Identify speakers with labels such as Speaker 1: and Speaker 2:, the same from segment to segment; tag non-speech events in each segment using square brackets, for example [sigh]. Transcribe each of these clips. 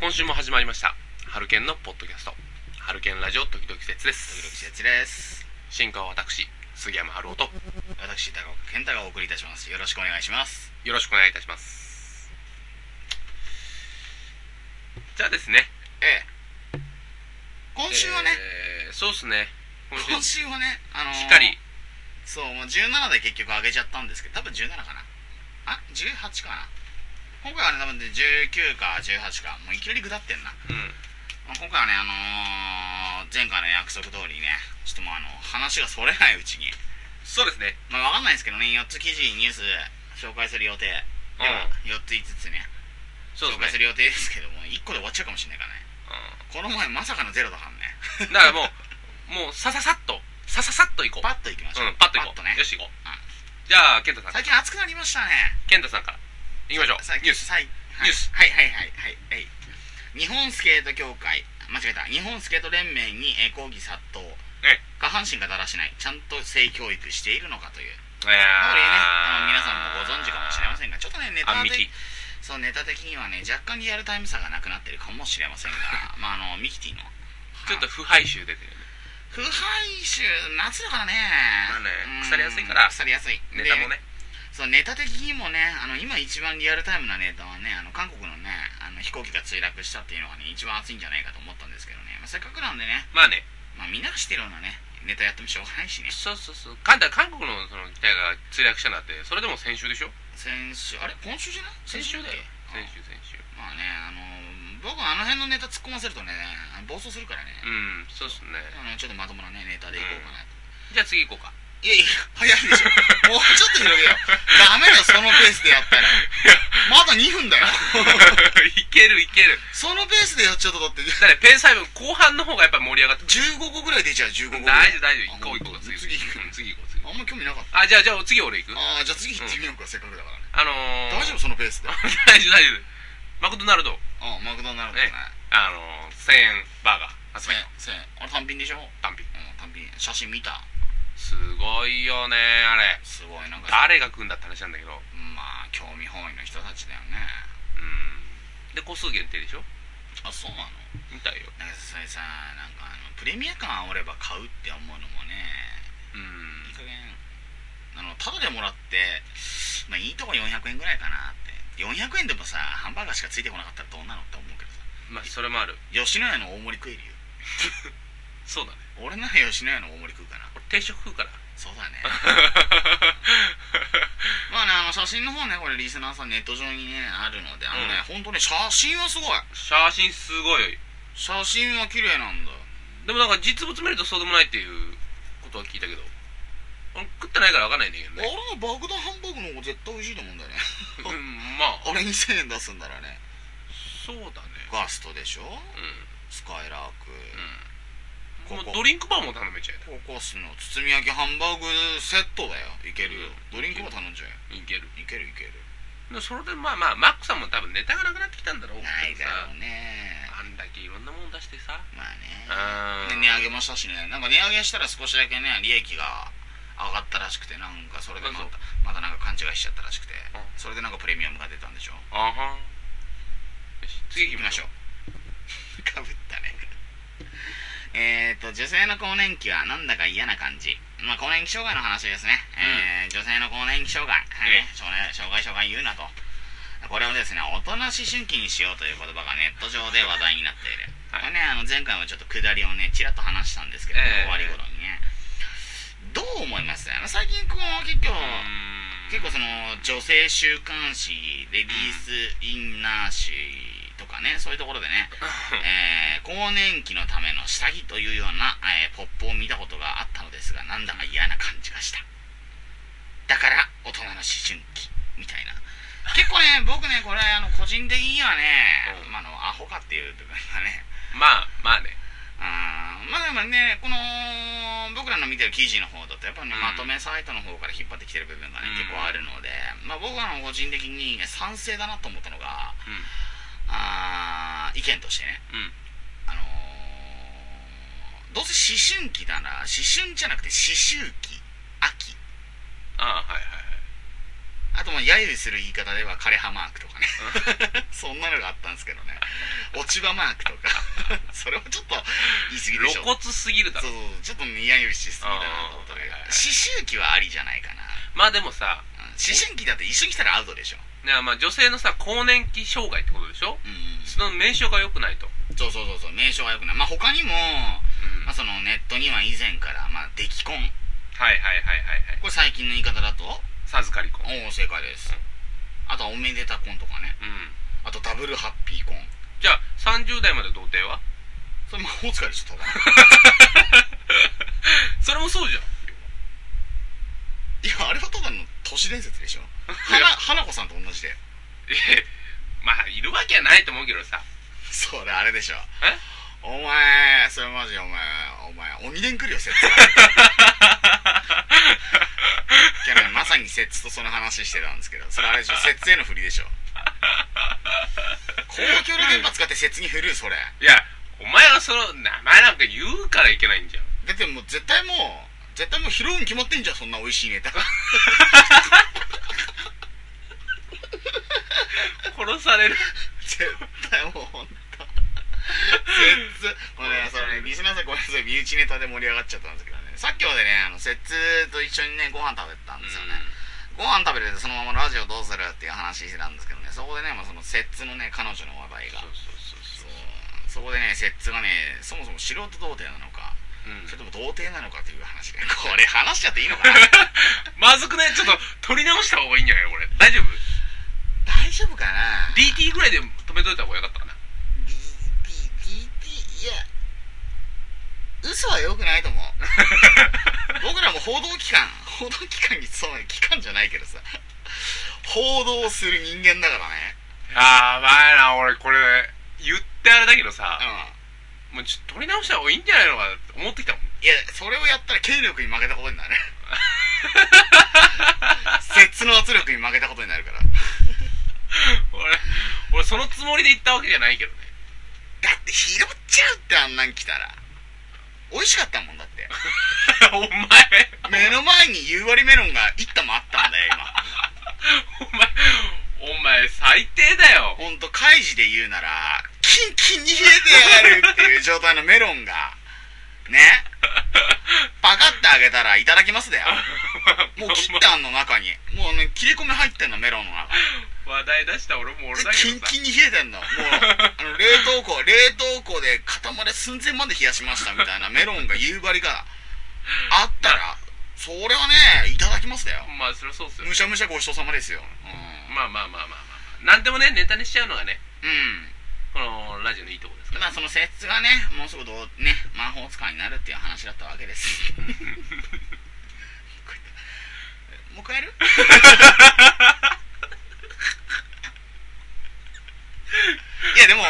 Speaker 1: 今週も始まりましたハルケンのポッドキャストハルケンラジオ時々季節で
Speaker 2: 時々季
Speaker 1: す
Speaker 2: 節です
Speaker 1: 進化は私杉山春夫と
Speaker 2: 私高岡健太がお送りいたしますよろしくお願いします
Speaker 1: よろしくお願いいたしますじゃあですね
Speaker 2: ええ今週はね、
Speaker 1: えーそうですね今
Speaker 2: 今
Speaker 1: 週し
Speaker 2: 週はねあのー
Speaker 1: っかり
Speaker 2: そうもう17で結局上げちゃったんですけど多分17かなあ18かな今回はね多分ね19か18かもういきなり下ってんな
Speaker 1: うん
Speaker 2: まあ今回はねあのー前回の約束通りねちょっともうあの話がそれないうちに
Speaker 1: そうですね
Speaker 2: まあ分かんないですけどね4つ記事ニュース紹介する予定でも4つ5つね
Speaker 1: そう
Speaker 2: 紹
Speaker 1: で
Speaker 2: 介
Speaker 1: すね、
Speaker 2: する予定ですけども1個で終わっちゃうかもしれないからねこの前まさかのゼロだからね
Speaker 1: うん、 [laughs] だからもうもうさささっとさささっといこう
Speaker 2: パッといきましょう、
Speaker 1: うん、パッといこう
Speaker 2: ね
Speaker 1: よし行こう、
Speaker 2: うん
Speaker 1: じゃあ健太さん
Speaker 2: 最近暑くなりましたね
Speaker 1: 健太さんからいきましょう
Speaker 2: 最
Speaker 1: ニュ
Speaker 2: 近
Speaker 1: ース
Speaker 2: 最はい
Speaker 1: ニュース
Speaker 2: はいはいはいはいはい日本スケート協会間違えた日本スケート連盟にえー抗議殺到
Speaker 1: え
Speaker 2: 下半身がだらしないちゃんと性教育しているのかという
Speaker 1: え
Speaker 2: やはりねあの皆さんもご存知かもしれませんがちょっとねネタ
Speaker 1: あんみ
Speaker 2: 的
Speaker 1: き
Speaker 2: そうネタ的にはね若干リアルタイム差がなくなってるかもしれません
Speaker 1: [laughs]
Speaker 2: がまああのミキティの
Speaker 1: ちょっと腐敗臭出てるよね
Speaker 2: 腐敗臭夏だからね,、
Speaker 1: まあね
Speaker 2: うん
Speaker 1: 腐りやすいから
Speaker 2: 腐りやすい
Speaker 1: ネタも
Speaker 2: で
Speaker 1: ね
Speaker 2: そうネタ的にもねあの今一番リアルタイムなネタはねあの韓国のねあの飛行機が墜落したっていうのがね一番熱いんじゃないかと思ったんですけどね、まあ、せっかくなんでね、
Speaker 1: まあね
Speaker 2: まあ、みんなが知ってるようなねネタやってもしょうがないしね
Speaker 1: そうそうそう韓だ韓国のその機体が墜落したんだってそれでも先週でしょ
Speaker 2: 先週あれ今週じゃない
Speaker 1: だよ
Speaker 2: 先
Speaker 1: 先
Speaker 2: 週
Speaker 1: 週先週
Speaker 2: あまあねあの僕はあの辺のネタ突っ込ませるとね暴走するから
Speaker 1: う
Speaker 2: ね、
Speaker 1: んそうっすね
Speaker 2: あのちょっとまともなねネタでいこうかなと、
Speaker 1: じゃあ次行こうか
Speaker 2: いやいや早いでしょもうちょっと広げようダメだよそのペースでやったらまだ2分だよ
Speaker 1: [laughs] いけるいける
Speaker 2: そのペースでやっちゃっただって
Speaker 1: だってペン細分後半の方がやっぱ盛り上がって
Speaker 2: 15個ぐらい出ちゃう15個ぐら
Speaker 1: 大
Speaker 2: い
Speaker 1: 丈夫大丈夫行こう行こう
Speaker 2: 次
Speaker 1: 次
Speaker 2: 次行く
Speaker 1: うん次行こう次行こう
Speaker 2: あんま興味なかった
Speaker 1: あじゃあじゃあ次俺行く
Speaker 2: ああじゃあ次行ってみようか、せっかくだからね
Speaker 1: あのー
Speaker 2: 大丈夫そのペースであ
Speaker 1: 大丈夫大丈夫マクドナルド
Speaker 2: あマクドナルドね
Speaker 1: あのー1000円バーガー集
Speaker 2: せ
Speaker 1: め
Speaker 2: ん
Speaker 1: よ
Speaker 2: せんあれ単品でしょうん
Speaker 1: 単品
Speaker 2: 単品写真見た
Speaker 1: すごいよねあれ
Speaker 2: すごいなんか
Speaker 1: 誰が食うんだって話なんだけど
Speaker 2: まあ興味本位の人たちだよね
Speaker 1: うんで個数限定でしょ
Speaker 2: あそうなの
Speaker 1: 見たいよ
Speaker 2: なんかそれさなんかあのプレミア感あれば買うって思うのもね
Speaker 1: うん
Speaker 2: いい加減あのタダでもらってまあいいとこ400円ぐらいかなって400円でもさハンバーガーしかついてこなかったらどうなのって思うけどさ
Speaker 1: まあそれもある
Speaker 2: 吉野家の大盛り食えるよ
Speaker 1: そうだね
Speaker 2: 俺なら吉野家の大盛り食うかな
Speaker 1: 俺定食食うから
Speaker 2: そうだねまあねあの写真の方ねこれリスナーさんネット上にねあるのであのね、ほんとね写真はすごい
Speaker 1: 写真すごい
Speaker 2: 写真は綺麗なんだ
Speaker 1: でもなんか実物見るとそうでもないっていうことは聞いたけど俺食ってないから分かんないんだけど
Speaker 2: 俺
Speaker 1: ね
Speaker 2: の爆弾ハンバーグの方が絶対美味しいと思うんだよね
Speaker 1: うんまあ
Speaker 2: 俺2000円出すんだらね
Speaker 1: そうだね
Speaker 2: ガストでしょ
Speaker 1: う
Speaker 2: スカイラーク、
Speaker 1: んうん
Speaker 2: ここ
Speaker 1: もうドリンクバーも頼めちゃうよ
Speaker 2: ココスの包み焼きハンバーグセットだよいけるよ、ドリンクも頼んじゃえ
Speaker 1: いける
Speaker 2: いけるいける
Speaker 1: でそれでまあまあマックさんも多分ネタがなくなってきたんだろうけどさ
Speaker 2: ないだろうね
Speaker 1: あんだけいろんなもん出してさ
Speaker 2: まあね
Speaker 1: うん
Speaker 2: で値上げもしたしねなんか値上げしたら少しだけね利益が上がったらしくてなんかそれでま
Speaker 1: そう
Speaker 2: たまたなんか勘違いしちゃったらしくて
Speaker 1: うん
Speaker 2: それでなんかプレミアムが出たんでしょ
Speaker 1: あはんよし次行き
Speaker 2: 行きま
Speaker 1: まし
Speaker 2: し
Speaker 1: ょ
Speaker 2: ょう [laughs] かぶったねえーと女性の更年期はなんだか嫌な感じまあ更年期障害の話ですね、えー女性の更年期障害、はい
Speaker 1: ええ
Speaker 2: 障害障害障害言うなとこれをですね大人思春期にしようという言葉がネット上で話題になっている、
Speaker 1: はい
Speaker 2: これねあの前回もちょっと下りをねちらっと話したんですけど、
Speaker 1: ええ
Speaker 2: 終わり頃にねどう思いますあの最近こう結局、
Speaker 1: う
Speaker 2: 結構その女性週刊誌レディースインナー誌とかねそういうところでね、
Speaker 1: [laughs]
Speaker 2: えー更年期のための下着というような、えーポップを見たことがあったのですがなんだか嫌な感じがしただから大人の思春期みたいな結構ね僕ねこれあの個人的にはね、
Speaker 1: うん
Speaker 2: まあ、あのアホかっていう部分がね
Speaker 1: まあまあね
Speaker 2: あーまあでもねこの僕らの見てる記事の方だとやっぱり、ね
Speaker 1: うん
Speaker 2: まとめサイトの方から引っ張ってきてる部分がね、
Speaker 1: うん
Speaker 2: 結構あるので、まあ、僕はあの個人的に賛成だなと思ったのが
Speaker 1: う
Speaker 2: あー意見としてね、
Speaker 1: んうん
Speaker 2: あのーどうせ思春期なら思春じゃなくて思春期秋
Speaker 1: ああはいはいはい
Speaker 2: あとまあ揶揄する言い方では枯葉マークとかね [laughs] そんなのがあったんですけどね落ち葉マークとかそれはちょっと言い過ぎでし
Speaker 1: 露
Speaker 2: ょ
Speaker 1: 骨すぎるだ
Speaker 2: そう
Speaker 1: ろ
Speaker 2: そうちょっと揶揄しすぎだなと思ったけど
Speaker 1: あー
Speaker 2: 思春期はありじゃないかな
Speaker 1: まあでもさ
Speaker 2: うん思春期だって一緒に来たらアウトでしょ
Speaker 1: ねまあ女性のさ更年期障害ってことでしょ
Speaker 2: うん
Speaker 1: その名称が良くないと、
Speaker 2: そうそうそうそう名称が良くないまあ他にも、
Speaker 1: うん
Speaker 2: まあ、そのネットには以前からまあ出来婚
Speaker 1: はいはいはいはいはい
Speaker 2: これ最近の言い方だと
Speaker 1: 授かり婚
Speaker 2: おお正解ですあとはおめでた婚とかね
Speaker 1: うん
Speaker 2: あとダブルハッピー婚
Speaker 1: じゃあ30代まで童貞は
Speaker 2: それ魔法使いでしょ多分 [laughs]
Speaker 1: それもそうじゃん
Speaker 2: いやあれはただの都市伝説でし [laughs] ょ
Speaker 1: い
Speaker 2: 花
Speaker 1: や
Speaker 2: 花子さんと同じで
Speaker 1: えまあいるわけはないと思うけどさ
Speaker 2: それあれでしょ
Speaker 1: え
Speaker 2: お前それマジお前お前鬼伝来るよ説いやねまさに説とその話してたんですけどそれあれでしょ説への振りでしょ公共の電波使って説に振るそれ
Speaker 1: いやお前はその名前なんか言うからいけないんじゃん
Speaker 2: だってもう絶対もう絶対もう拾うん決まってんじゃんそんな美味しいネタ
Speaker 1: 殺される
Speaker 2: 絶対もうほんと絶対もうねそれねリスナーさんごめんなさい身内ネタで盛り上がっちゃったんですけどねさっきまでねあの説と一緒にねご飯食べてたんですよね、ご飯食べててそのままラジオどうするっていう話してたんですけどねそこでね、まあ、その摂津のね彼女の話題
Speaker 1: そう
Speaker 2: が
Speaker 1: そうそうそう
Speaker 2: そうそこでね摂津がねそもそも素人童貞なのか
Speaker 1: うん
Speaker 2: それとも童貞なのかという話でこれ話しちゃっていいのかな
Speaker 1: まずくねちょっと取り直した方がいいんじゃないのこれ大丈夫
Speaker 2: 大丈夫かな
Speaker 1: DT ぐらいで止めといた方がよかったかな
Speaker 2: DDDD いや嘘は良くないと思う僕らも報道機関報道機関に勤める機関じゃないけどさ報道する人間だからね
Speaker 1: あーまあな俺これ言ってあれだけどさ、
Speaker 2: うん
Speaker 1: もうちょっと取り直した方がいいんじゃないのかなって思ってきたもん
Speaker 2: いや、それをやったら権力に負けたことになる。摂津の圧力に負けたことになるから。だ
Speaker 1: [laughs] 俺俺そのつもりで言ったわけじゃないけどね
Speaker 2: って拾っちゃうってあんなん来たら。美味しかったもんだって。
Speaker 1: [laughs] お前、
Speaker 2: 目の前に夕張メロンが1玉あったんだよ、
Speaker 1: お前、お前最低だよ。 [laughs]
Speaker 2: 今。ほんと、開示で言うなら、キンキンに冷えてやがるっていう状態のメロンが、ね。パカってあげたらいただきますだよ。もう切ったんの中に。もうね、切り込み入ってんの、メロンの中に。
Speaker 1: 話題出した俺も俺だ
Speaker 2: キ
Speaker 1: け
Speaker 2: ン
Speaker 1: どさ。
Speaker 2: キンに冷えてんのもうあ
Speaker 1: [laughs]
Speaker 2: の冷凍庫冷凍庫で固まれ寸前まで冷やしましたみたいなメロンが夕張があったらそれはねいただきますだよ
Speaker 1: まあ、そりゃそうっすよ
Speaker 2: む。しゃむしゃごちそうさまですよ
Speaker 1: まあまあまあまあまあまあ。なんでもね、ネタにしちゃうのがね、
Speaker 2: うん、
Speaker 1: このラジオのいいとこです
Speaker 2: うん、
Speaker 1: から。
Speaker 2: まあその説がねもうすぐどうね魔法使いになるっていう話だったわけです [laughs] こうやってもう一回
Speaker 1: [laughs]
Speaker 2: やるいやでも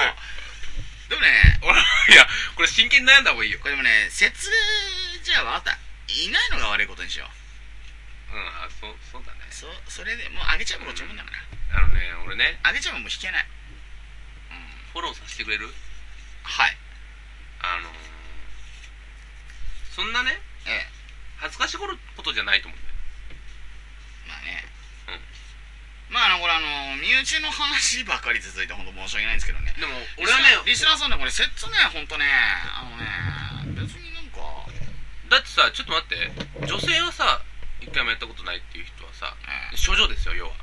Speaker 2: でもね
Speaker 1: [laughs] 俺いや、これ真剣に悩んだ方がいいよ。
Speaker 2: これでもね説じゃあ分かったいないのが悪いことにしよう
Speaker 1: うん、あ、そう、そうだね。
Speaker 2: そそれでもうあげちゃえばこっちもんだか
Speaker 1: あのね、俺ね、
Speaker 2: らあげちゃえばもう引けないうん
Speaker 1: フォローさせてくれる
Speaker 2: はい
Speaker 1: あのー、そんなね、
Speaker 2: ええ
Speaker 1: 恥ずかしがることじゃないと思うんだよ。
Speaker 2: まあねまああのこれあの身内の話ばかり続いて本当申し訳ないんですけどね
Speaker 1: でも、俺はね、
Speaker 2: リスナーリスナーさんねこれ説ね本当ねあのね別になんか
Speaker 1: だってさ、ちょっと待って、女性はさ、一回もやったことないっていう人はさ、
Speaker 2: ええ
Speaker 1: 処女ですよ要は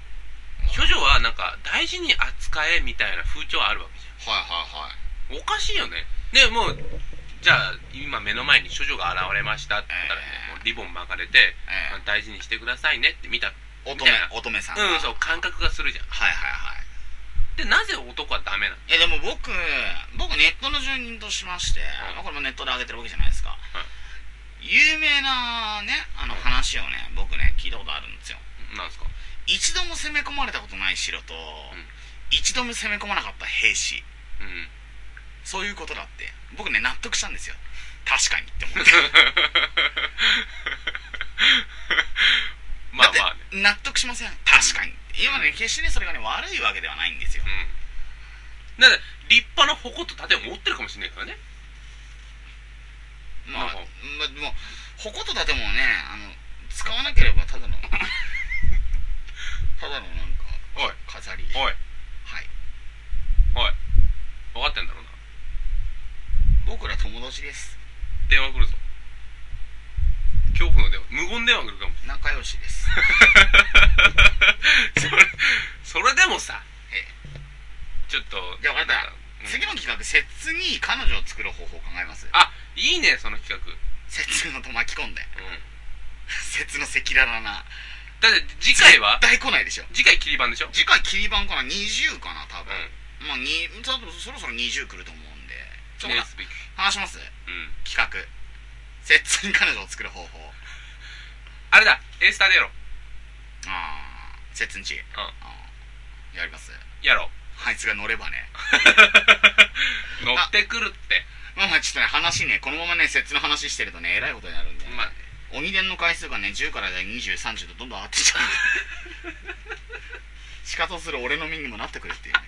Speaker 1: 処女はなんか大事に扱えみたいな風潮あるわけじ
Speaker 2: はいはいはい
Speaker 1: ゃんおかしいよねでもうじゃあ今目の前に処女が現れましたって言ったらね、
Speaker 2: えー
Speaker 1: もうリボン巻かれて、
Speaker 2: ええ
Speaker 1: まあ大事にしてくださいねって見た
Speaker 2: 乙
Speaker 1: み
Speaker 2: 女
Speaker 1: たいな
Speaker 2: 乙女さん
Speaker 1: うんそうう感覚がするじゃん
Speaker 2: はいはいはい
Speaker 1: でなぜ男はダメなの
Speaker 2: いやでも僕僕ネットの住人としまして、
Speaker 1: うん
Speaker 2: まあこれもネットで上げてるわけじゃないですか、有名なねあの話をね僕ね聞いたことあるんですよ
Speaker 1: なんですか
Speaker 2: 一度も攻め込まれたことない城と、
Speaker 1: ん
Speaker 2: 一度も攻め込まなかった兵士
Speaker 1: うん
Speaker 2: そういうことだって僕ね納得したんですよ確かにって思って
Speaker 1: [laughs] まあまあね
Speaker 2: だって [laughs] 納得しません確かに今ね決してねそれがね悪いわけではないんですよ
Speaker 1: うんだから立派な矛と盾を持ってるかもしれないからね
Speaker 2: まあ、
Speaker 1: なんか
Speaker 2: まあ、でも矛と盾もねあの使わなければただのただのなんか
Speaker 1: おい
Speaker 2: 飾り
Speaker 1: おい
Speaker 2: はい
Speaker 1: おい分かってんだろうな
Speaker 2: 僕ら友達です
Speaker 1: 電話来るぞ恐怖の電話無言電話来るかも
Speaker 2: [laughs] 仲良しです
Speaker 1: [laughs] それそれでもさ
Speaker 2: え
Speaker 1: ちょっと
Speaker 2: じゃあ分かった
Speaker 1: うん
Speaker 2: 次の企画切に彼女を作る方法を考えます
Speaker 1: あいいねその企画
Speaker 2: 切のと巻き込んで
Speaker 1: うん
Speaker 2: 切の赤裸々な
Speaker 1: だって次回は
Speaker 2: 絶対来ないでしょ
Speaker 1: 次回切り番でしょ
Speaker 2: 次回切り版かな20かな多分、
Speaker 1: う
Speaker 2: まあに多分そろそろ20来ると思うんでちょ
Speaker 1: ん記
Speaker 2: っとほ
Speaker 1: 念
Speaker 2: ら
Speaker 1: すべき
Speaker 2: 話します
Speaker 1: うん
Speaker 2: 企画切に彼女を作る方法
Speaker 1: あれだエースターでやろう
Speaker 2: ああ切んち
Speaker 1: うん
Speaker 2: あーやります
Speaker 1: やろう
Speaker 2: あいつが乗ればね
Speaker 1: 乗ってくるって
Speaker 2: まあまあちょっとね話ねこのままね切の話してるとねえらいことになるんで、
Speaker 1: まあ
Speaker 2: 鬼伝の回数がね10から2030とどんどん上がってっち
Speaker 1: [laughs]
Speaker 2: ゃうんで仕方する俺の身にもなってくるっていうね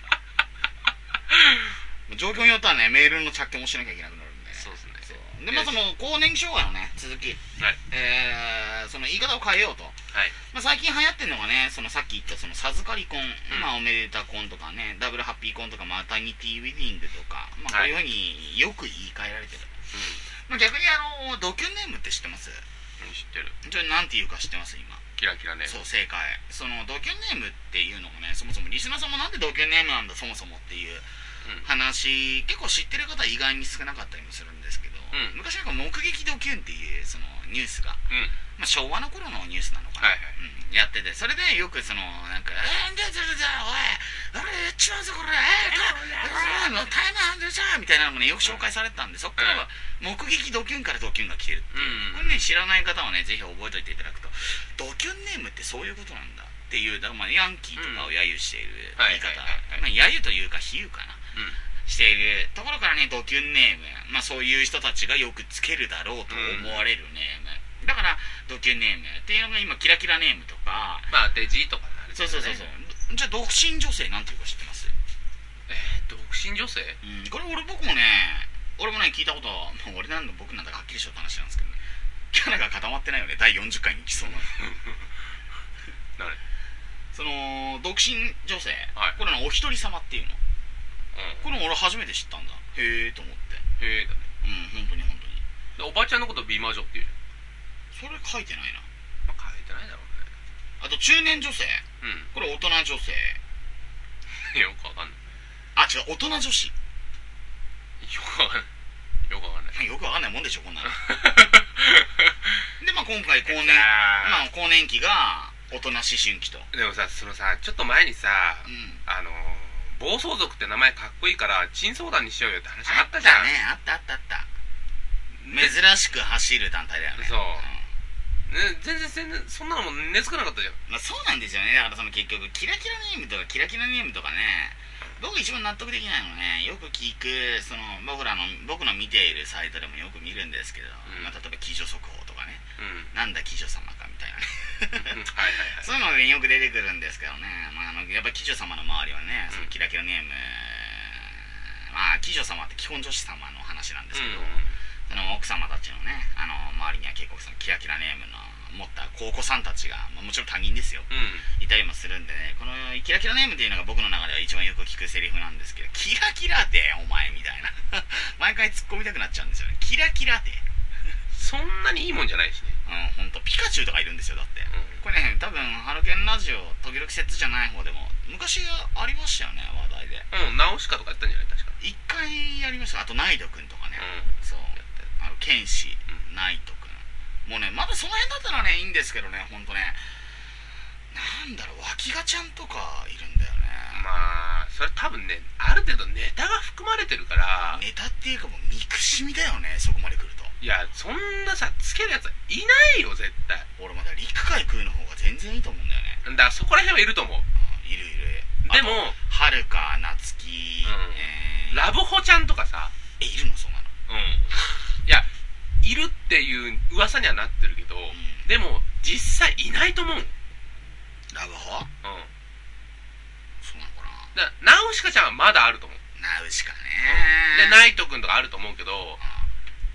Speaker 2: 状況によってはねメールの着件もしなきゃいけなくなるんで
Speaker 1: そうですね
Speaker 2: そうでまあその更年期障害のね続き、
Speaker 1: はい
Speaker 2: えーその言い方を変えようと、
Speaker 1: はい
Speaker 2: まあ、最近流行ってるのがねそのさっき言ったその授かり婚、
Speaker 1: ん
Speaker 2: まあ、おめでた婚とかねダブルハッピー婚とかマタニティウェディングとか、ま
Speaker 1: は
Speaker 2: あ、こう
Speaker 1: い
Speaker 2: いうふうによく言い換えられてる、まあ、逆にあのドキュンネームって知ってます
Speaker 1: うん知ってる
Speaker 2: ちょなんて言うか知ってます今
Speaker 1: キラキラね
Speaker 2: そう正解そのドキュンネームっていうのもねそもそもリスナーさんもなんでドキュンネームなんだそもそもっていう
Speaker 1: うん
Speaker 2: 話結構知ってる方は意外に少なかったりもするんですけど、
Speaker 1: うん
Speaker 2: 昔なんか目撃ドキュンっていうそのニュースが、
Speaker 1: うん
Speaker 2: まあ、昭和の頃のニュースなのか
Speaker 1: は
Speaker 2: な、
Speaker 1: いはい
Speaker 2: うんやっててそれでよくそのなんか「えー、ででででおい俺やっちまうぞこれえー、これのタイムハンドじゃん」みたいなのもねよく紹介されてたんでそっからは目撃ドキュンからドキュンが来てるっていう、
Speaker 1: うん
Speaker 2: これね知らない方はねぜひ覚えておいていただくとドキュンネームってそういうことなんだっていうだからまあヤンキーとかを揶揄している言い方、
Speaker 1: うんはいはいはい
Speaker 2: まあ、揶揄というか比喩かな
Speaker 1: うん
Speaker 2: しているところからねドキュンネーム、まあ、そういう人たちがよくつけるだろうと思われるネーム、だからドキュンネームっていうのが今キラキラネームとか
Speaker 1: まあデジとかになるけ
Speaker 2: そう
Speaker 1: どね
Speaker 2: そうそうそうじゃあ独身女性なんていうか知ってます、
Speaker 1: えー、独身女性
Speaker 2: うん、これ俺僕もね俺もね聞いたことは、まあ、俺なんだ僕なんだかはっきりしようって話なんですけどねキャラが固まってないよね第40回に来そうな
Speaker 1: 誰
Speaker 2: その独身女性、
Speaker 1: はい
Speaker 2: これのお一人様っていうの
Speaker 1: うん
Speaker 2: これ俺初めて知ったんだへえと思って
Speaker 1: へえだね
Speaker 2: うん本当に本当に
Speaker 1: でおばちゃんのこと美魔女っていうじ
Speaker 2: それ書いてないな
Speaker 1: ゃん、まあ、書いてないだろう
Speaker 2: あと中年女性
Speaker 1: ね
Speaker 2: これ大人女性
Speaker 1: うん [laughs] よくわかんない
Speaker 2: あ違う大人女子 [laughs]
Speaker 1: よくわかんないよくわ [laughs] かんない
Speaker 2: よくわかんないもんでしょこん
Speaker 1: [laughs]
Speaker 2: なのでまあ今回更年
Speaker 1: さ
Speaker 2: まあ更年期が大人思春期と
Speaker 1: あでもさそのさちょっと前にさ
Speaker 2: うん
Speaker 1: あのー暴走族って名前かっこいいから珍相談にしようよって話あったじゃん
Speaker 2: ねあったあったあった
Speaker 1: ね
Speaker 2: 珍しく走る団体だよね
Speaker 1: そうんね全然全然そんなのも根付かなかったじゃん
Speaker 2: まあ、そうなんですよねだからその結局キラキラネームとかキラキラネームとかね僕一番納得できないのはねよく聞くその僕らの僕の見ているサイトでもよく見るんですけど、
Speaker 1: ん
Speaker 2: まあ、例えば「騎乗速報」とかね
Speaker 1: うん
Speaker 2: 「なんだ騎乗様か」みたいなね
Speaker 1: [laughs] うんはいはいはい
Speaker 2: そういうのでよく出てくるんですけどね、まあ、あのやっぱり騎女様の周りはね、そのキラキラネーム、まあ、騎女様って基本女子様の話なんですけど、その奥様たちのね、あの周りには結構そのキラキラネームの持った高校さんたちが、まあ、もちろん他人ですよ、
Speaker 1: うん
Speaker 2: いたりもするんでね、このキラキラネームっていうのが僕の中では一番よく聞くセリフなんですけど、キラキラでお前みたいな。 [laughs] 毎回突っ込みたくなっちゃうんですよね。キラキラで。
Speaker 1: そんなにいいもんじゃないしね
Speaker 2: うん、ほんと、ピカチュウとかいるんですよ、だって。
Speaker 1: う
Speaker 2: これね多分ハロケンラジオ時々説じゃない方でも昔ありましたよね話題で
Speaker 1: んうんナオシカとかやったんじゃない確か
Speaker 2: 一回やりましたあとナイドくんとかね、
Speaker 1: う
Speaker 2: そう
Speaker 1: やったよ
Speaker 2: あの剣士、
Speaker 1: う
Speaker 2: ナイトくんもうねまだその辺だったらねいいんですけどねほんとねなんだろう脇がちゃんとかいるんだよね、
Speaker 1: まあそれ多分ねある程度ネタが含まれてるから
Speaker 2: ネタっていうかもう憎しみだよねそこまで来ると
Speaker 1: いやそんなさつけるやつはいないよ絶対
Speaker 2: 俺まだ陸海空の方が全然いいと思うんだよ
Speaker 1: だ
Speaker 2: ね、
Speaker 1: からそこら辺はいると思う
Speaker 2: うんいるいる
Speaker 1: でも
Speaker 2: はるか夏希、
Speaker 1: うん
Speaker 2: えー
Speaker 1: ラブホちゃんとかさ
Speaker 2: えいるのそんなの
Speaker 1: うんいやいるっていう噂にはなってるけど、
Speaker 2: ん
Speaker 1: でも実際いないと思ううん
Speaker 2: ラブホそうなのか
Speaker 1: だ
Speaker 2: な
Speaker 1: ナウシカちゃんはまだあると思う、
Speaker 2: ナウシカね
Speaker 1: でナイトくんとかあると思うけど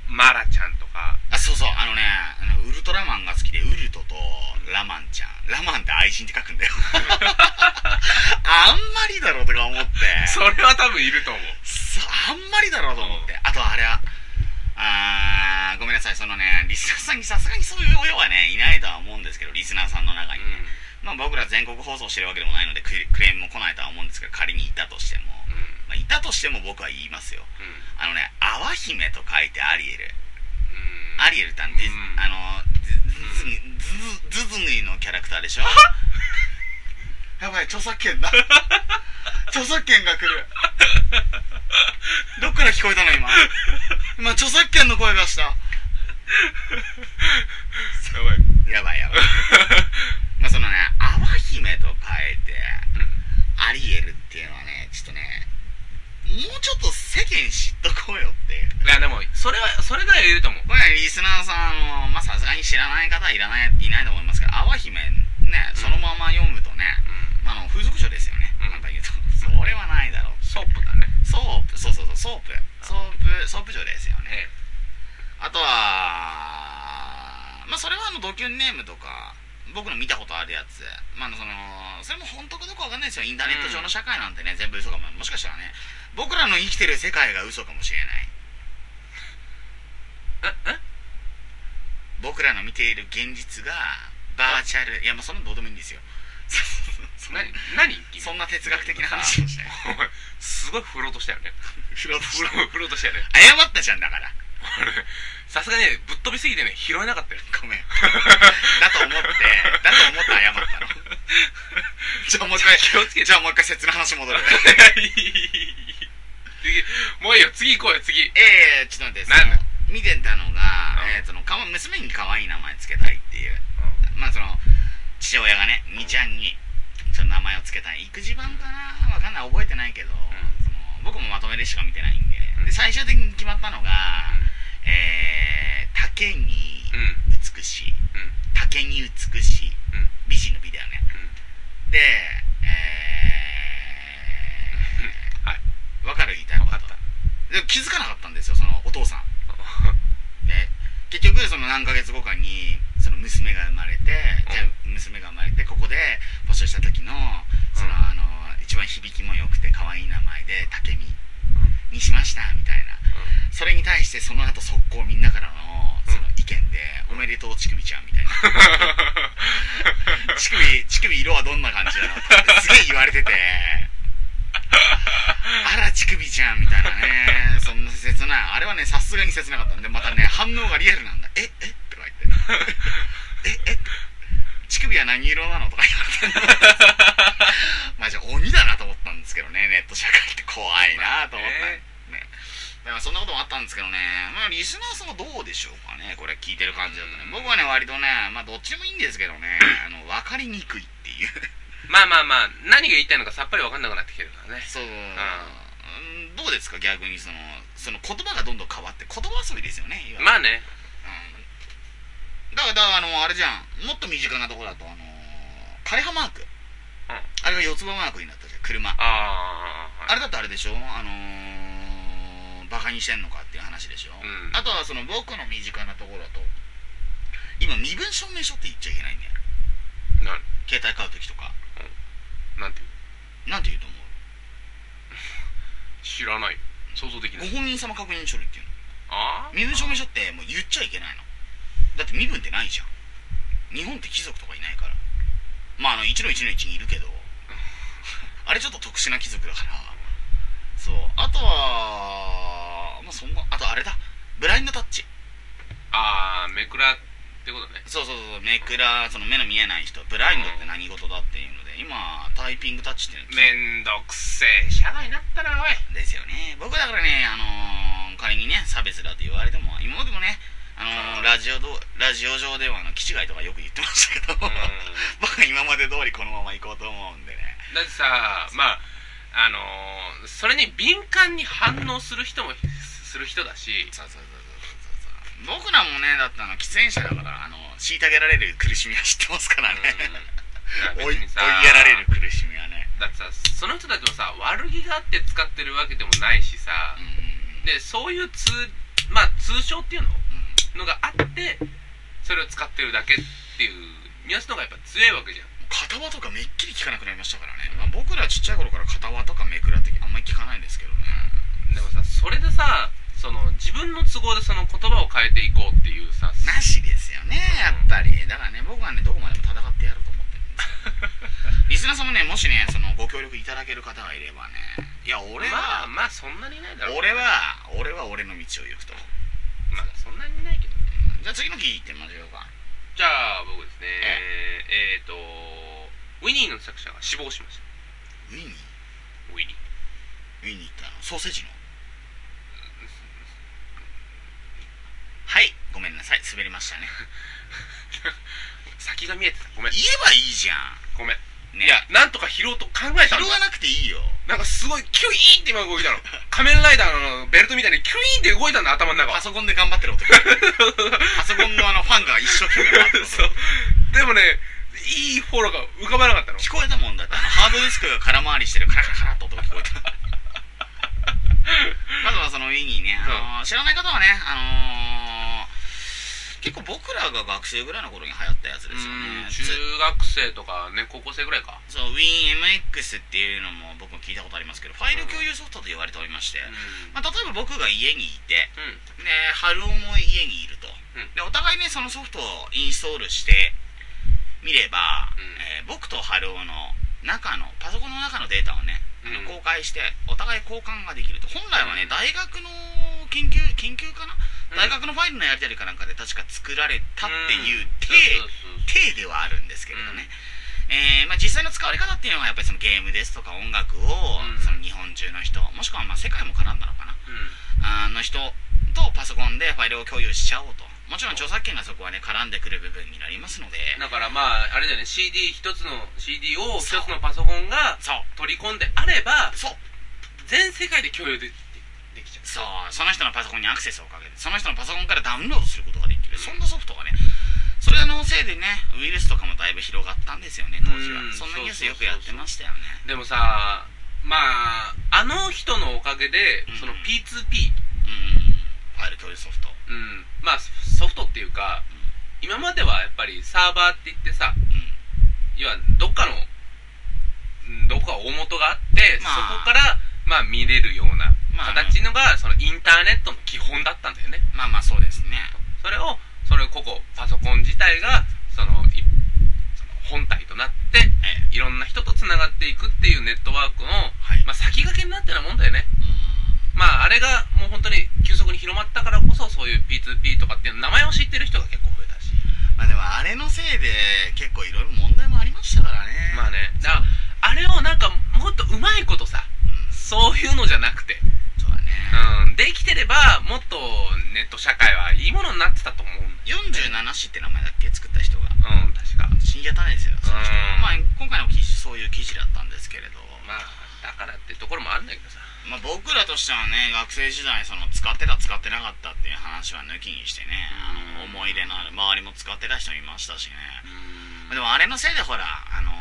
Speaker 1: マラちゃんとか
Speaker 2: あそうそうあのねあのウルトラマンが好きでウルトとラマンちゃんラマンって愛人って書くんだよ [laughs] あんまりだろうとか思って
Speaker 1: それは多分いると思う。
Speaker 2: そうあんまりだろうと思ってあとあれはあーごめんなさいそのねリスナーさんにさすがにそういう親はねいないとは思うんですけどリスナーさんの中にね、まあ僕ら全国放送してるわけでもないのでククレームも来ないとは思うんですけど仮にいたとしても、
Speaker 1: うん。うん。
Speaker 2: まあ、いたとしても僕は言いますよあのね「あわ姫」と書いてアリエル
Speaker 1: うん。
Speaker 2: アリエルってあのディズ
Speaker 1: うん
Speaker 2: あのズズズズズズニーのキャラクターでしょやばい著作
Speaker 1: [laughs]
Speaker 2: 権だ著作権が来るどっから聞こえたの今今著作権の声がした
Speaker 1: やばい。
Speaker 2: やばい
Speaker 1: [laughs]
Speaker 2: やばいまあそのね「あわ姫」と書いてアリエルっていうのはねちょっとねもうちょっと世間知っとこうよっていう
Speaker 1: いや、でも、それは、それぐらいはいると思う。
Speaker 2: これねリスナーさんあのまあさすがに知らない方はいらないいないと思いますけど「あわ姫」ねそのまま読むとね、
Speaker 1: うん。
Speaker 2: まあ、あの風俗書ですよね、
Speaker 1: うん
Speaker 2: なんか言うとそれはないだろう
Speaker 1: ソープだね。
Speaker 2: ソープそうそうそうソープソープソープ書ですよね
Speaker 1: え
Speaker 2: あとはまあそれはあのドキュンネームとか僕の見たことあるやつまああのそのそれも本当かどうかわかんないですよインターネット上の社会なんてね、全部嘘かももしかしたらね僕らの生きてる世界が嘘かもしれない僕らの見ている現実がバーチャルいやまあそんなのどうでもいい
Speaker 1: [laughs]
Speaker 2: んですよそ
Speaker 1: え。
Speaker 2: んな
Speaker 1: な、何君
Speaker 2: そんな哲学的な話をし
Speaker 1: [laughs]
Speaker 2: て
Speaker 1: お前すごい振ろうとしたよね。
Speaker 2: 振ろうと
Speaker 1: 振
Speaker 2: し
Speaker 1: ろ
Speaker 2: た
Speaker 1: う、振ろうとしたよね。
Speaker 2: 謝ったじゃんだから
Speaker 1: あれさすがにね、ぶっ飛びすぎてね、拾えなかったよ。
Speaker 2: ごめんだと思ってだと思って謝った
Speaker 1: [laughs]
Speaker 2: のじゃあもう一回
Speaker 1: 気をつけて。
Speaker 2: じゃあもう一回説の話戻る
Speaker 1: いいいいいいいいもういいよ、次行こうよ、次。
Speaker 2: ええちょっと待って
Speaker 1: なんだ
Speaker 2: その見てたのが、
Speaker 1: うん
Speaker 2: えーそのかわ娘に可愛い名前つけたいっていうまあその父親がねみちゃんにその名前をつけたい育児版かなわかんない覚えてないけど、
Speaker 1: ん
Speaker 2: その僕もまとめでしか見てないんで,、
Speaker 1: うん
Speaker 2: で最終的に決まったのが、えー、竹に
Speaker 1: うん。うん。
Speaker 2: 美しい竹に美しい
Speaker 1: うん。
Speaker 2: 美人の美だよねでえ
Speaker 1: はい。
Speaker 2: ー、わかる言いたいこ
Speaker 1: 分か
Speaker 2: と
Speaker 1: った。
Speaker 2: で気づかなかったんですよそのお父さんで結局その何ヶ月後かにその娘が生まれて、じゃあ娘が生まれてここで募集した時のその、
Speaker 1: うん
Speaker 2: あの一番響きも良くて可愛い名前で「竹見」にしましたみたいなそれに対してその後速攻みんなからのその意見で「おめでとう乳首ちゃん」みたいな [laughs] 乳首乳首色はどんな感じだろうってすげえ言われててあら乳首ちゃんみたいなねそんな切ないあれはねさすがに切なかったんでまたね反応がリアルなんだ「ええとか言って「ええ乳首は何色なの?」とか言われてまあじゃあ鬼だなと思ったんですけどねネット社会って怖いなと思ったんでねだからそんなこともあったんですけどね、まあ、リスナーさんはどうでしょうかねこれ聞いてる感じだとね僕はね割とねまあどっちでもいいんですけど
Speaker 1: [laughs]
Speaker 2: ねあの分かりにくいっていう
Speaker 1: まあまあまあ、何が言いたいのかさっぱり分かんなくなってきてるからね。
Speaker 2: そう、うんどうですか逆にそのその言葉がどんどん変わって言葉遊びですよねいわゆる
Speaker 1: まあね。
Speaker 2: うん、だからだからあのあれじゃんもっと身近なとこだとあの枯葉マーク、
Speaker 1: うん
Speaker 2: あれが四つ葉マークになったじゃん車あ
Speaker 1: ああ。
Speaker 2: れだってあれでしょあのー、バカにしてんのかっていう話でしょ、
Speaker 1: うん
Speaker 2: あとはその僕の身近なところだと今身分証明書って言っちゃいけないんだよ
Speaker 1: なん、
Speaker 2: 携帯買う時とか
Speaker 1: なんていう
Speaker 2: なんて言うと思う
Speaker 1: 知らない。想像できない。
Speaker 2: ご本人様確認書類っていうの
Speaker 1: ああ
Speaker 2: 身分証明書ってもう言っちゃいけないのだって身分ってないじゃん日本って貴族とかいないからまああの1の1の1にいるけどあれちょっと特殊な貴族だからそうあとはまあそんなあとあれだブラインドタッチ
Speaker 1: ああ、めくらってことね。
Speaker 2: そうそうそう目くらその目の見えない人ブラインドって何事だっていうので今タイピングタッチっていうの聞
Speaker 1: めん
Speaker 2: いて
Speaker 1: どくせえ。社外になったな、おい。
Speaker 2: [laughs] ですよね僕だからねあのー仮にね差別だと言われても今までもねあのーラジオどラジオ上ではあの気違いとかよく言ってましたけど、
Speaker 1: うん
Speaker 2: [laughs] 僕は今まで通りこのまま行こうと思うんでね
Speaker 1: だってさ、まあ、あのー、それに敏感に反応する人も、する人だ
Speaker 2: [laughs]
Speaker 1: し、
Speaker 2: そうそうそうそうそうそう僕らもねだってあの喫煙者だからあの虐げられる苦しみは知ってますからね、
Speaker 1: うん
Speaker 2: [laughs] 追い追いやられる苦しみはね
Speaker 1: だってさその人たちもさ悪気があって使ってるわけでもないしさ
Speaker 2: うんうんうん
Speaker 1: でそういう通まあ通称っていうの
Speaker 2: うん
Speaker 1: のがあってそれを使ってるだけっていうニュアンスの方がやっぱ強いわけじゃん
Speaker 2: 片輪とかめっきり聞かなくなりましたからね、まあ、僕らちっちゃい頃から片輪とかめくらってあんまり聞かないんですけどね
Speaker 1: でもさそれでさその自分の都合でその言葉を変えていこうっていうさ
Speaker 2: なしですよねやっぱりだからね僕はねどこまでも戦ってやると思ってるん [laughs] ですよリスナーさんもねもしねそのご協力いただける方がいればねいや俺
Speaker 1: まあ
Speaker 2: は、
Speaker 1: まあそんなにないだろう
Speaker 2: 俺は俺は俺の道を行くと
Speaker 1: まあそんなにないけどね
Speaker 2: じゃあ次の木行ってみましょうか
Speaker 1: じゃあ僕ですねえっ、ー、とウィニーの作者が死亡しました
Speaker 2: ウィニー
Speaker 1: ウィニー
Speaker 2: ウィニーってあのソーセージのはいごめんなさい滑りましたね
Speaker 1: 先が見えてたごめん
Speaker 2: 言えばいいじゃ
Speaker 1: ごめん、
Speaker 2: んね
Speaker 1: いやなんとか拾おうと考えたん
Speaker 2: 拾
Speaker 1: だ
Speaker 2: わなくていいよ
Speaker 1: なんかすごいキュイーンって今動いたの仮面ライダーのベルトみたいにキュイーンって動いたんだ頭の中 [laughs]
Speaker 2: パ
Speaker 1: は
Speaker 2: ソコンで頑張ってる男パソコンのあのファンが一生懸命頑張ってる
Speaker 1: そう
Speaker 2: 男
Speaker 1: でもねいいフォローが浮かばなかったの
Speaker 2: 聞こえたもんだってあのハードディスクが空回りしてるカラカラカラっと音が聞こえた
Speaker 1: [laughs]
Speaker 2: まずはそのウィニーね、あのー知らない方はね、あのー結構僕らが学生ぐらいの頃に流行ったやつですよ
Speaker 1: う
Speaker 2: ね
Speaker 1: ん
Speaker 2: つ
Speaker 1: 中学生とかね高校生ぐらいか
Speaker 2: そう WinMX っていうのも僕も聞いたことありますけどファイル共有ソフトと言われておりまして、
Speaker 1: うん
Speaker 2: まあ、例えば僕が家にいて
Speaker 1: うん
Speaker 2: で春男も家にいると、
Speaker 1: うん
Speaker 2: でお互いねそのソフトをインストールしてみれば、
Speaker 1: う
Speaker 2: えー僕と春男の中のパソコンの中のデータをね、あの
Speaker 1: うん
Speaker 2: 公開してお互い交換ができると本来はね大学の研究研究かな、
Speaker 1: うん
Speaker 2: 大学のファイルのやり取りかなんかで確か作られたっていう体、
Speaker 1: うんそうそうそう
Speaker 2: 体ではあるんですけれどね、えーまあ、実際の使われ方っていうのはやっぱりそのゲームですとか音楽を、
Speaker 1: うん
Speaker 2: その日本中の人もしくはまあ世界も絡んだのかな
Speaker 1: うん
Speaker 2: あの人とパソコンでファイルを共有しちゃおうともちろん著作権がそこはね絡んでくる部分になりますので
Speaker 1: だからまああれだよね CD 一つの CD を一つのパソコンが
Speaker 2: そう
Speaker 1: 取り込んであれば
Speaker 2: そう
Speaker 1: 全世界で共有でできちゃう
Speaker 2: そうその人のパソコンにアクセスをかけてその人のパソコンからダウンロードすることができるそんなソフトがねそれのせいでねウイルスとかもだいぶ広がったんですよね当時は
Speaker 1: うん
Speaker 2: そんなニュースよくやってましたよね
Speaker 1: でもさまああの人のおかげで
Speaker 2: うん
Speaker 1: その P2P、
Speaker 2: うんファイル共有ソフト
Speaker 1: うん、まあソフトっていうか今まではやっぱりサーバーって言ってさ
Speaker 2: うん
Speaker 1: 要はどっかのうんどっか大元があって、
Speaker 2: ま
Speaker 1: そ
Speaker 2: あ
Speaker 1: こからまあ見れるような
Speaker 2: まあ
Speaker 1: 形のがそのインターネットの基本だったんだよね
Speaker 2: まあまあそうですね
Speaker 1: それをそれを個々パソコン自体がそのいその本体となって
Speaker 2: ええ
Speaker 1: いろんな人とつながっていくっていうネットワークの、
Speaker 2: はい
Speaker 1: まあ、先駆けになったようなもんだよね
Speaker 2: うん
Speaker 1: まああれがもう本当に急速に広まったからこそそういう P2P とかっていう名前を知ってる人が結構増えたし
Speaker 2: まあでもあれのせいで結構いろいろ問題もありましたからね
Speaker 1: まあねだからあれをなんかもっとうまいことさ
Speaker 2: うん
Speaker 1: そういうのじゃなくて、
Speaker 2: そうだね、
Speaker 1: うん、できてればもっとネット社会はいいものになってたと思うんだ
Speaker 2: 47市って名前だっけ作った人が
Speaker 1: ようん確か
Speaker 2: 信じたないですよその人
Speaker 1: うん
Speaker 2: まあ今回の記事そういう記事だったんですけれど
Speaker 1: まあだからってところもあるんだけどさ
Speaker 2: まあ、僕らとしてはね学生時代その使ってた使ってなかったっていう話は抜きにしてねあ
Speaker 1: う
Speaker 2: の
Speaker 1: ん
Speaker 2: 思い出のある周りも使ってた人もいましたしね
Speaker 1: うん
Speaker 2: でもあれのせいでほらあの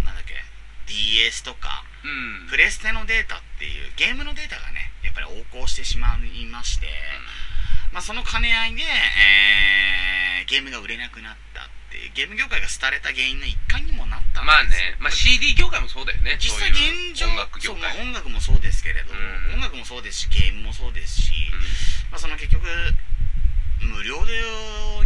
Speaker 2: ー、なんだっけ DS とか
Speaker 1: うん
Speaker 2: プレステのデータっていうゲームのデータがねやっぱり横行してしまいまして、まあ、その兼ね合いで、えーゲームが売れなくなったっていうゲーム業界が廃れた原因の一環にもなったんですよ
Speaker 1: まあね、まあ、CD 業界もそうだよね
Speaker 2: 実
Speaker 1: そう
Speaker 2: 際
Speaker 1: いう
Speaker 2: 現状
Speaker 1: 音楽業界
Speaker 2: そうまあ音楽もそうですけれ
Speaker 1: う
Speaker 2: ど、
Speaker 1: ん
Speaker 2: 音楽もそうですしゲームもそうですし、まあ、その結局無料で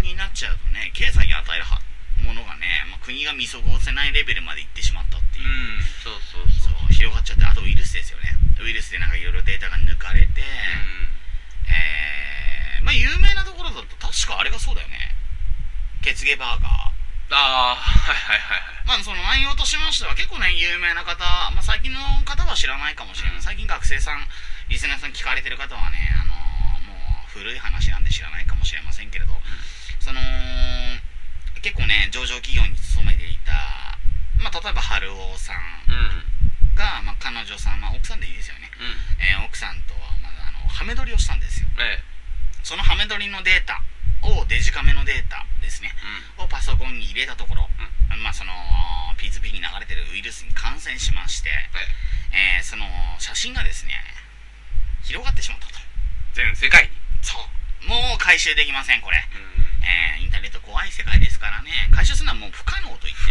Speaker 2: になっちゃうとね経済に与えるはものがね、まあ、国が見過ごせないレベルまで行ってしまったっ
Speaker 1: う
Speaker 2: てい
Speaker 1: ん、
Speaker 2: う、
Speaker 1: うんそうそうそ
Speaker 2: そうう広がっちゃってあとウイルスですよねウイルスでなんかいろいろデータが抜かれ
Speaker 1: う
Speaker 2: て、えーまあ有名なところだと確かあれがそうだよね血芸バーガー
Speaker 1: んああはいはいはいはい
Speaker 2: まあその内容としましては結構ね有名な方、まあ、最近の方は知らないかもしれ
Speaker 1: うん
Speaker 2: ない、最近学生さんリスナーさん聞かれてる方はね、あのーもう古い話なんで知らないかもしれませんけれど、その結構ね上場企業に勤めていた、まあ、例えば春雄さん
Speaker 1: うん
Speaker 2: が、まあ、彼女さん、まあ、奥さんでいいですよね、
Speaker 1: うん
Speaker 2: えー奥さんとはまだあのハメ撮りをしたんですよ
Speaker 1: ええ
Speaker 2: そのハメ撮りのデータをデジカメのデータですねをパソコンに入れたところ、まあ、その P2P に流れてるウイルスに感染しまして、
Speaker 1: うんええ
Speaker 2: えーその写真がですね広がってしまったと
Speaker 1: 全世界に
Speaker 2: そそうもう回収できませんこれ、
Speaker 1: うん
Speaker 2: えーインターネット怖い世界ですからね回収するのはもう不可能と言って
Speaker 1: 不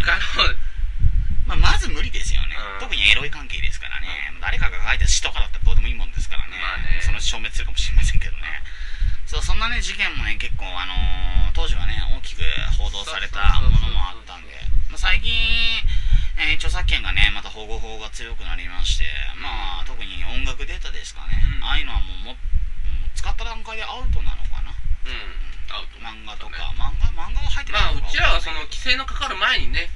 Speaker 1: 可
Speaker 2: も
Speaker 1: 能
Speaker 2: まあ、まず無理ですよね、
Speaker 1: うん
Speaker 2: 特にエロい関係ですからね、誰かが書いた詩とかだったらどうでもいいもんですからね,、
Speaker 1: まあね
Speaker 2: そのうち消滅するかもしれませんけどね、そうそんなね事件もね結構、あのー当時はね大きく報道されたものもあったんでまあ最近、えー著作権がねまた保護法が強くなりましてまあ特に音楽データですかね、
Speaker 1: うん
Speaker 2: ああいうのはもうももう使った段階でアウトなのかな
Speaker 1: うんアウト
Speaker 2: 漫画とか、漫画漫画は入って
Speaker 1: まあ
Speaker 2: ないの
Speaker 1: う
Speaker 2: か
Speaker 1: ちらはそ
Speaker 2: わかんないけど
Speaker 1: の規制のかかる前にね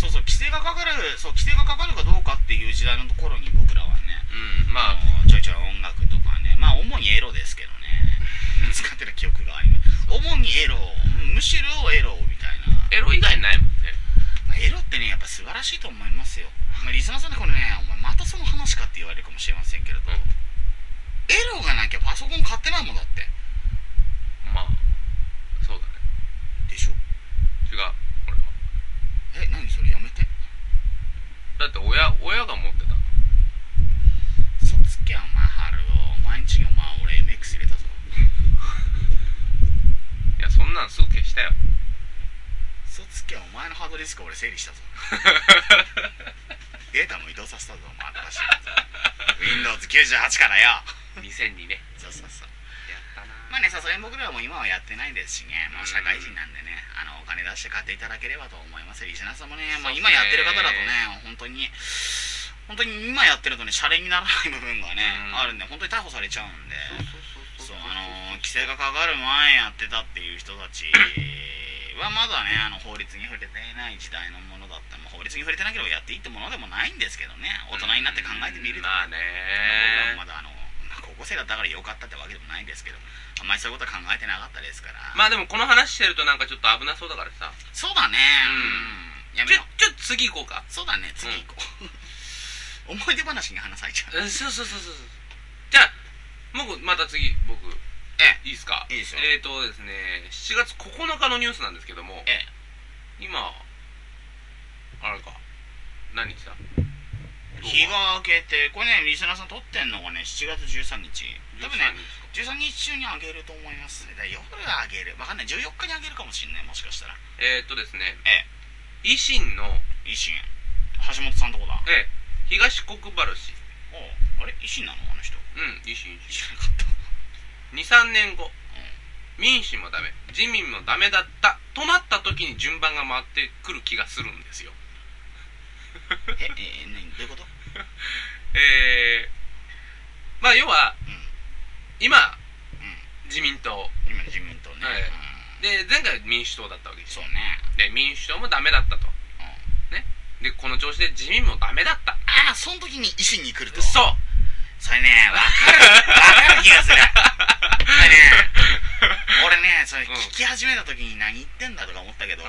Speaker 2: そうそう規制がかかるそう規制がかかるかどうかっていう時代のところに僕らはね
Speaker 1: うんまあ
Speaker 2: のちょいちょい音楽とかねまあ主にエロですけどね [laughs] 使ってる記憶があります主にエロむしろエロみたいな、
Speaker 1: エロ以外ないもんね
Speaker 2: まあエロってねやっぱ素晴らしいと思いますよ、まあ、リスナーさんでこれねお前またその話かって言われるかもしれませんけれど、
Speaker 1: うん
Speaker 2: エロがなきゃパソコン買ってないもんだって
Speaker 1: まあそうだね
Speaker 2: でしょ
Speaker 1: 違う俺は
Speaker 2: え何それやめて
Speaker 1: だって親親が持ってた
Speaker 2: そつけよお前春を毎日お前俺 MX 入れたぞ
Speaker 1: いやそんなんすぐ消したよ
Speaker 2: 嘘つけお前のハードディスク俺整理
Speaker 1: [laughs]
Speaker 2: したぞデータも移動させたぞお前新しいやつ Windows98 からよ
Speaker 1: 2002ね
Speaker 2: そうそうそう
Speaker 1: やったな
Speaker 2: まあねさすがに僕らはもう今はやってないですしねもう社会人なんでねあのお金出して買っていただければと思いますリスナーさんもねま
Speaker 1: そ
Speaker 2: あ、
Speaker 1: うですね
Speaker 2: 今やってる方だとね本当に本当に今やってるとねシャレにならない部分がね、
Speaker 1: うん
Speaker 2: あるんで本当に逮捕されちゃうんで
Speaker 1: そ
Speaker 2: そうう
Speaker 1: あ
Speaker 2: あの
Speaker 1: の
Speaker 2: ー規制がかかる前やってたっていう人たちはまだねあの法律に触れていない時代のものだったまあ法律に触れてなければやっていいってものでもないんですけどね大人になって考えてみると、
Speaker 1: まあ
Speaker 2: 僕
Speaker 1: ね
Speaker 2: はまだあのまあ高校生だったからよかったってわけでもないんですけどあんまりそういうことは考えてなかったですから、
Speaker 1: まあでもこの話してるとなんかちょっと危なそうだからさ
Speaker 2: そうだねうんやめ
Speaker 1: ちょ
Speaker 2: よう
Speaker 1: ちょっと次行こうか
Speaker 2: そうだね次行こう、思い出話に話されちゃう
Speaker 1: うんそうそうそうそうそうじゃあ僕また次僕
Speaker 2: え
Speaker 1: いいですか
Speaker 2: いいですよ
Speaker 1: えーとですね7月9日のニュースなんですけども
Speaker 2: ええ
Speaker 1: 今あれか何日だ
Speaker 2: 日が明けてこれねリスナーさん撮ってんのがね7月13日多分ね
Speaker 1: 13
Speaker 2: 13日中にあげると思いますだから夜あげるわかんない14日にあげるかもしんないもしかしたら
Speaker 1: えーとですね
Speaker 2: え
Speaker 1: 維新の、
Speaker 2: 維新橋本さんとこだ
Speaker 1: ええ東国原氏
Speaker 2: おうあれ維新なのあの人
Speaker 1: うん維新維新
Speaker 2: 知らなかった
Speaker 1: 23年後民主もダメ自民もダメだったとなった時に順番が回ってくる気がするんですよ
Speaker 2: えええ何どういうこと
Speaker 1: えー、まあ要は
Speaker 2: うん
Speaker 1: 今
Speaker 2: うん
Speaker 1: 自民党
Speaker 2: 今自民党ね、
Speaker 1: はい
Speaker 2: うん
Speaker 1: で前回民主党だったわけです
Speaker 2: そ
Speaker 1: よ
Speaker 2: うね、
Speaker 1: で民主党もダメだったと
Speaker 2: うん、
Speaker 1: でこの調子で自民もダメだった
Speaker 2: ああその時に維新に来ると
Speaker 1: そう
Speaker 2: それねわかるわかる気がするそれね俺ねそ
Speaker 1: う
Speaker 2: れ
Speaker 1: ん
Speaker 2: 聞き始めた時に何言ってんだとか思ったけど、
Speaker 1: うん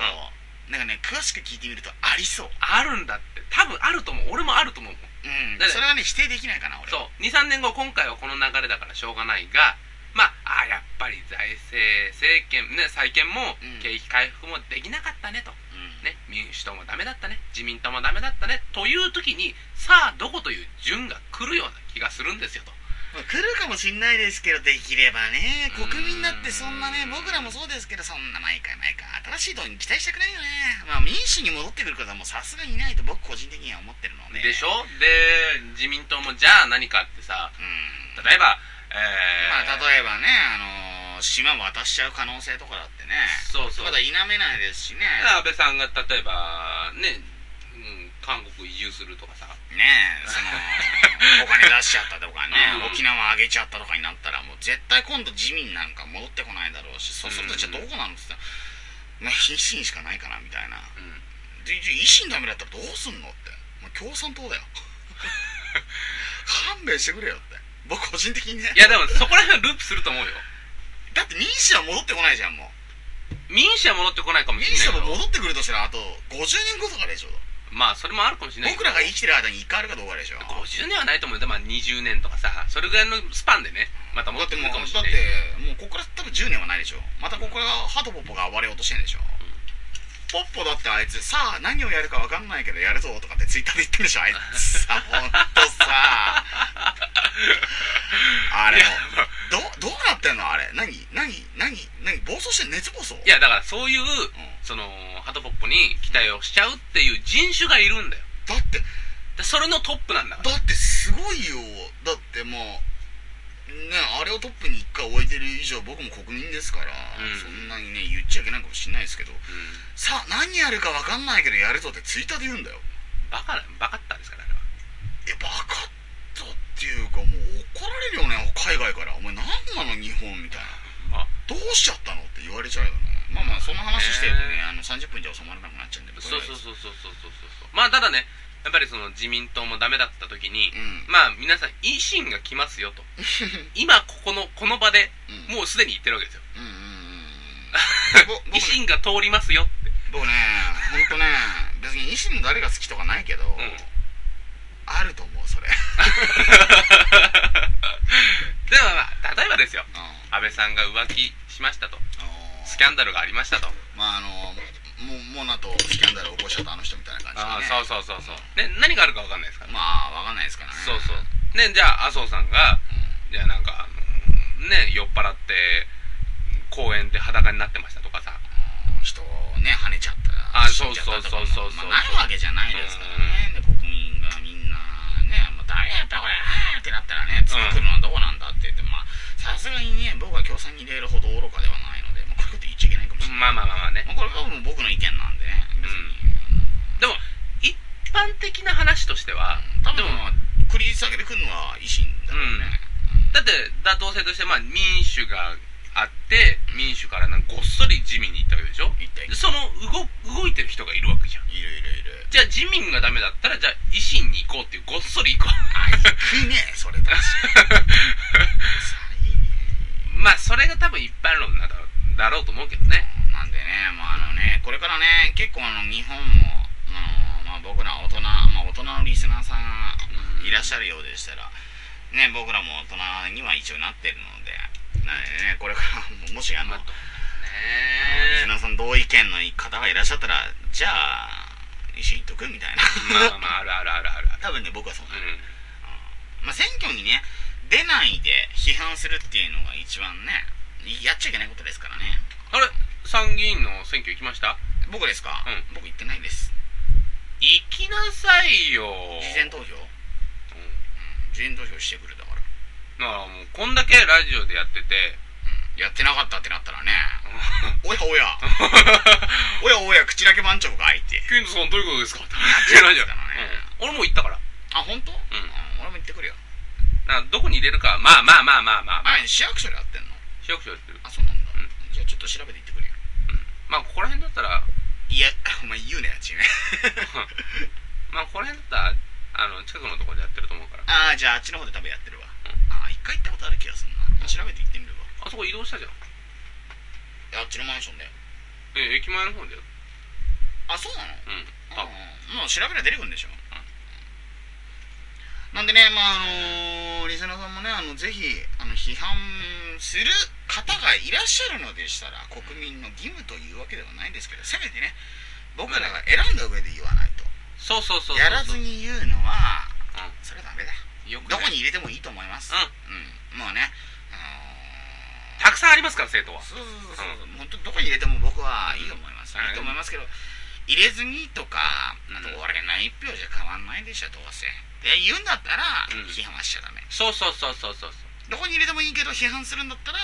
Speaker 2: なんかね詳しく聞いてみるとありそう
Speaker 1: あるんだって多分あると思う俺もあると思う
Speaker 2: うん
Speaker 1: だから
Speaker 2: それはね否定できないかな俺
Speaker 1: そう
Speaker 2: は
Speaker 1: 23年後今回はこの流れだからしょうがないがまああーやっぱり財政政権ね再建も
Speaker 2: うん
Speaker 1: 景気回復もできなかったねと、
Speaker 2: うん
Speaker 1: ね民主党もダメだったね自民党もダメだったねという時にさあどこという順が来るような気がするんですよと
Speaker 2: まあ来るかもしんないですけどできればね
Speaker 1: うん
Speaker 2: 国民だってそんなね僕らもそうですけどそんな毎回毎回新しい党に期待したくないよねまあ民主に戻ってくることはもうさすがにいないと僕個人的には思ってるので
Speaker 1: でし
Speaker 2: ょ
Speaker 1: ょで自民党もじゃあ何かってさ
Speaker 2: うん
Speaker 1: 例えば
Speaker 2: ま
Speaker 1: えー、
Speaker 2: あ例えばねあのー島渡しちゃう可能性とかだってね
Speaker 1: そうそう
Speaker 2: まだ否めないですしね
Speaker 1: 安倍さんが例えばね、うん、韓国移住するとかさ
Speaker 2: ねえそのお金出しちゃったとかね、
Speaker 1: [laughs] うん
Speaker 2: 沖縄あげちゃったとかになったらもう絶対今度自民なんか戻ってこないだろうしそうするとじゃあどこなのって言ったら、まあ、維新しかないかなみたいな
Speaker 1: うん
Speaker 2: でじゃあ維新ダメだったらどうすんのってもう共産党だよ勘弁してくれよって僕個人的にね
Speaker 1: いやでもそこら辺はループすると思うよ
Speaker 2: だって民主は戻ってこないじゃんもう
Speaker 1: 民主は戻ってこないかも
Speaker 2: 民
Speaker 1: しれないけ
Speaker 2: 主は
Speaker 1: ど
Speaker 2: 戻ってくるとしたらあと50年後とかでしょ
Speaker 1: まあそれもあるかもしれないけ
Speaker 2: 僕
Speaker 1: ど
Speaker 2: らが生きてる間に1回あるかどうかでしょ
Speaker 1: 50年はないと思うよまあ20年とかさそれぐらいのスパンでねまた戻
Speaker 2: だっ
Speaker 1: っててくるかも
Speaker 2: もう
Speaker 1: し
Speaker 2: だ
Speaker 1: れ
Speaker 2: っ
Speaker 1: な
Speaker 2: て
Speaker 1: い
Speaker 2: もうここから多分10年はないでしょまたここからハトポッポが暴れようとしてんでしょ、ポッポだってあいつさあ何をやるか分かんないけどやるぞとかってツイッターで言ってるでしょあいつさほんと
Speaker 1: [laughs]
Speaker 2: さあれもうどどうなってんのあれ何して熱こそ
Speaker 1: いや、だからそういう、
Speaker 2: ん
Speaker 1: その、ハトポッポに期待をしちゃうっていう人種がいるんだよ。
Speaker 2: だって
Speaker 1: でそれのトップなんだから。
Speaker 2: だってすごいよだってもうねあれをトップに一回置いてる以上僕も国民ですから、
Speaker 1: うん
Speaker 2: そんなにね言っちゃいけないかもしれないですけど
Speaker 1: うん
Speaker 2: さあ何やるか分かんないけどやるぞってツイッターで言うんだよ
Speaker 1: バカだ、バカったんですから、あれは。
Speaker 2: えバカったっていうかもう怒られるよね海外から「お前何なの日本」みたいな
Speaker 1: まあ、
Speaker 2: 「どうしちゃったの?」って言われちゃうよねまあまあその話してるとね、あの30分じゃ収まらなくなっちゃうんで
Speaker 1: そうそう
Speaker 2: う
Speaker 1: そうそうそうそうそう。まあ、ただね、やっぱりその自民党もダメだった時に
Speaker 2: う、ん、
Speaker 1: まあ、皆さん、維新が来ますよと。今、ここの、この場で、
Speaker 2: うん、 [laughs]
Speaker 1: もうすでに言ってるわけですよ。
Speaker 2: うんうんうんぼ僕
Speaker 1: 維
Speaker 2: ね
Speaker 1: 新が通りますよって。
Speaker 2: [laughs] 僕ね本当ね別に維新の誰が好きとかないけど、
Speaker 1: ん
Speaker 2: あると思うそれ、
Speaker 1: では、まあ、例えばですよ。
Speaker 2: うん、
Speaker 1: 安倍さんが浮気しましたと。スキャンダルがありましたと。
Speaker 2: まああのもうモナとスキャンダル起こしちゃったあの人みたいな感じで、ね、
Speaker 1: そうそうそうそう。ね、何があるかわかんないですから。
Speaker 2: まあわかんないですからね
Speaker 1: そうそう。ね、じゃあ、麻生さんが、じゃあなんか、あのね、酔っ払って、公園で裸になってましたとかさ。
Speaker 2: うん人をね跳ねちゃった
Speaker 1: あ
Speaker 2: ら死んじゃったとかも
Speaker 1: そうそうそうそう
Speaker 2: まあ、ないわけじゃないですからね、で国民がみんなねもう誰やったこれあーってなったらね作るのはどうなんだって言って、まあさすがにね僕は共産に入れるほど愚かではないので、まあ、こういうこと言っちゃいけないかもしれない
Speaker 1: まあまあまあまあね。
Speaker 2: まあこれはもう僕の意見なんでね別に、
Speaker 1: でも、一般的な話としては、
Speaker 2: 多
Speaker 1: で
Speaker 2: 分
Speaker 1: も、
Speaker 2: まあ繰り下げてくるのは維新だろうね、
Speaker 1: だって、妥当性として、まあ、民主があって、民主からなんかごっそり自民に行ったわけでしょ
Speaker 2: 一体い
Speaker 1: でその動、動いてる人がいるわけじゃん。
Speaker 2: るいるいる
Speaker 1: じゃあ、自民がダメだったら、じゃあ、維新に行こうっていう、ごっそり行こう。
Speaker 2: あいくねそれ確かに
Speaker 1: [laughs]
Speaker 2: 最悪
Speaker 1: まあ、それが多分一般論なんだろうだろうと思うけどね。
Speaker 2: なんでねまああのねこれからね結構あの日本もあの、まあ、僕ら大人、まあ、大人のリスナーさん
Speaker 1: うん
Speaker 2: いらっしゃるようでしたらね僕らも大人には一応なってるのでなんでねこれからもしあの、
Speaker 1: まあどう
Speaker 2: リス
Speaker 1: ね
Speaker 2: ナーさん同意見の方がいらっしゃったらじゃあ一緒に行っとくみたいな
Speaker 1: まあまあ、あるあるあるあるある。
Speaker 2: [laughs] 多分ね僕はそうな
Speaker 1: う
Speaker 2: る、
Speaker 1: ん。
Speaker 2: まあ、選挙にね出ないで批判するっていうのが一番ねやっちゃいけないことですからね
Speaker 1: あれ、参議院の選挙行きました
Speaker 2: 僕ですか、
Speaker 1: う
Speaker 2: 僕行ってないです
Speaker 1: 行きなさいよ。
Speaker 2: 事前投票、
Speaker 1: う
Speaker 2: うん、
Speaker 1: ん
Speaker 2: 事前投票してくるだから、
Speaker 1: だからもうこんだけラジオでやってて
Speaker 2: うん、やってなかったってなったらねおやおやおやおや口だけ番長がいって
Speaker 1: 「ケントさんどういうことですか?」って
Speaker 2: 言ってないじゃん
Speaker 1: 俺も行ったから
Speaker 2: あ本当？うん、俺も行ってくるよ
Speaker 1: なんかどこに入れるかまあまあまあまあまあ、まあ、
Speaker 2: あ市役所でやってんの
Speaker 1: 市役所やってる
Speaker 2: あそうなんだ、
Speaker 1: うん
Speaker 2: じゃあちょっと調べて行ってくるよ
Speaker 1: まあここら辺だったら
Speaker 2: いや [laughs] お前言うねやちね
Speaker 1: まあここら辺だったらあの近くのところでやってると思うから
Speaker 2: ああじゃああっちの方で多分やってるわ、
Speaker 1: ん
Speaker 2: ああ一回行ったことある気がするな調べて行ってみるわ
Speaker 1: あそこ移動したじゃん
Speaker 2: あっちのマンションだよ
Speaker 1: え駅前の方だよ
Speaker 2: あそうなの
Speaker 1: うん
Speaker 2: あ
Speaker 1: 多分
Speaker 2: もう調べりゃ出てくるんでしょ、なんでねまああのーリスナーさんもねあのぜひあの批判する方がいらっしゃるのでしたら国民の義務というわけではないんですけどせめてね僕らが選んだ上で言わないと、
Speaker 1: そうそうそうそうそう
Speaker 2: やらずに言うのは
Speaker 1: う
Speaker 2: それはダメ
Speaker 1: ん
Speaker 2: だ
Speaker 1: よく
Speaker 2: ど
Speaker 1: ない
Speaker 2: こに入れてもいいと思います
Speaker 1: うん
Speaker 2: うん、もうねあのー
Speaker 1: たくさんありますから生徒は
Speaker 2: そうそうそうそう、本当どこに入れても僕はいいと思います、
Speaker 1: うん
Speaker 2: いいと思いますけど入れずにとか、
Speaker 1: うん
Speaker 2: あと俺の一票じゃ変わんないでしょどうせで言うんだったら、
Speaker 1: うん
Speaker 2: 批判はしちゃダメ
Speaker 1: そうそうそうそうそうそう
Speaker 2: どこに入れてもいいけど批判するんだったら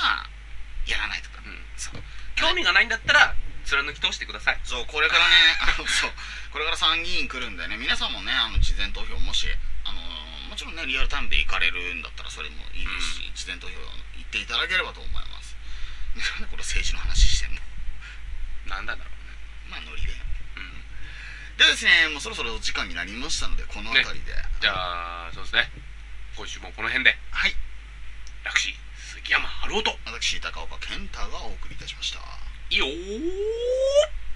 Speaker 2: やらないとか、
Speaker 1: うん
Speaker 2: そう
Speaker 1: 興味がないんだったら貫き通してください
Speaker 2: そうこれからねあのそうこれから参議院来るんでね皆さんもねあの事前投票もしあのもちろんねリアルタイムで行かれるんだったらそれもいいですし、事前投票行っていただければと思いますなんでこれ政治の話してんの
Speaker 1: なんだだろ
Speaker 2: まあノリで
Speaker 1: ううん
Speaker 2: ではですね、もうそろそろお時間になりましたので、この辺りで。
Speaker 1: じゃあそうですね今週もこの辺で
Speaker 2: はい。
Speaker 1: 楽しい杉山春夫と
Speaker 2: 私、高岡健太がお送りいたしました。
Speaker 1: いいよー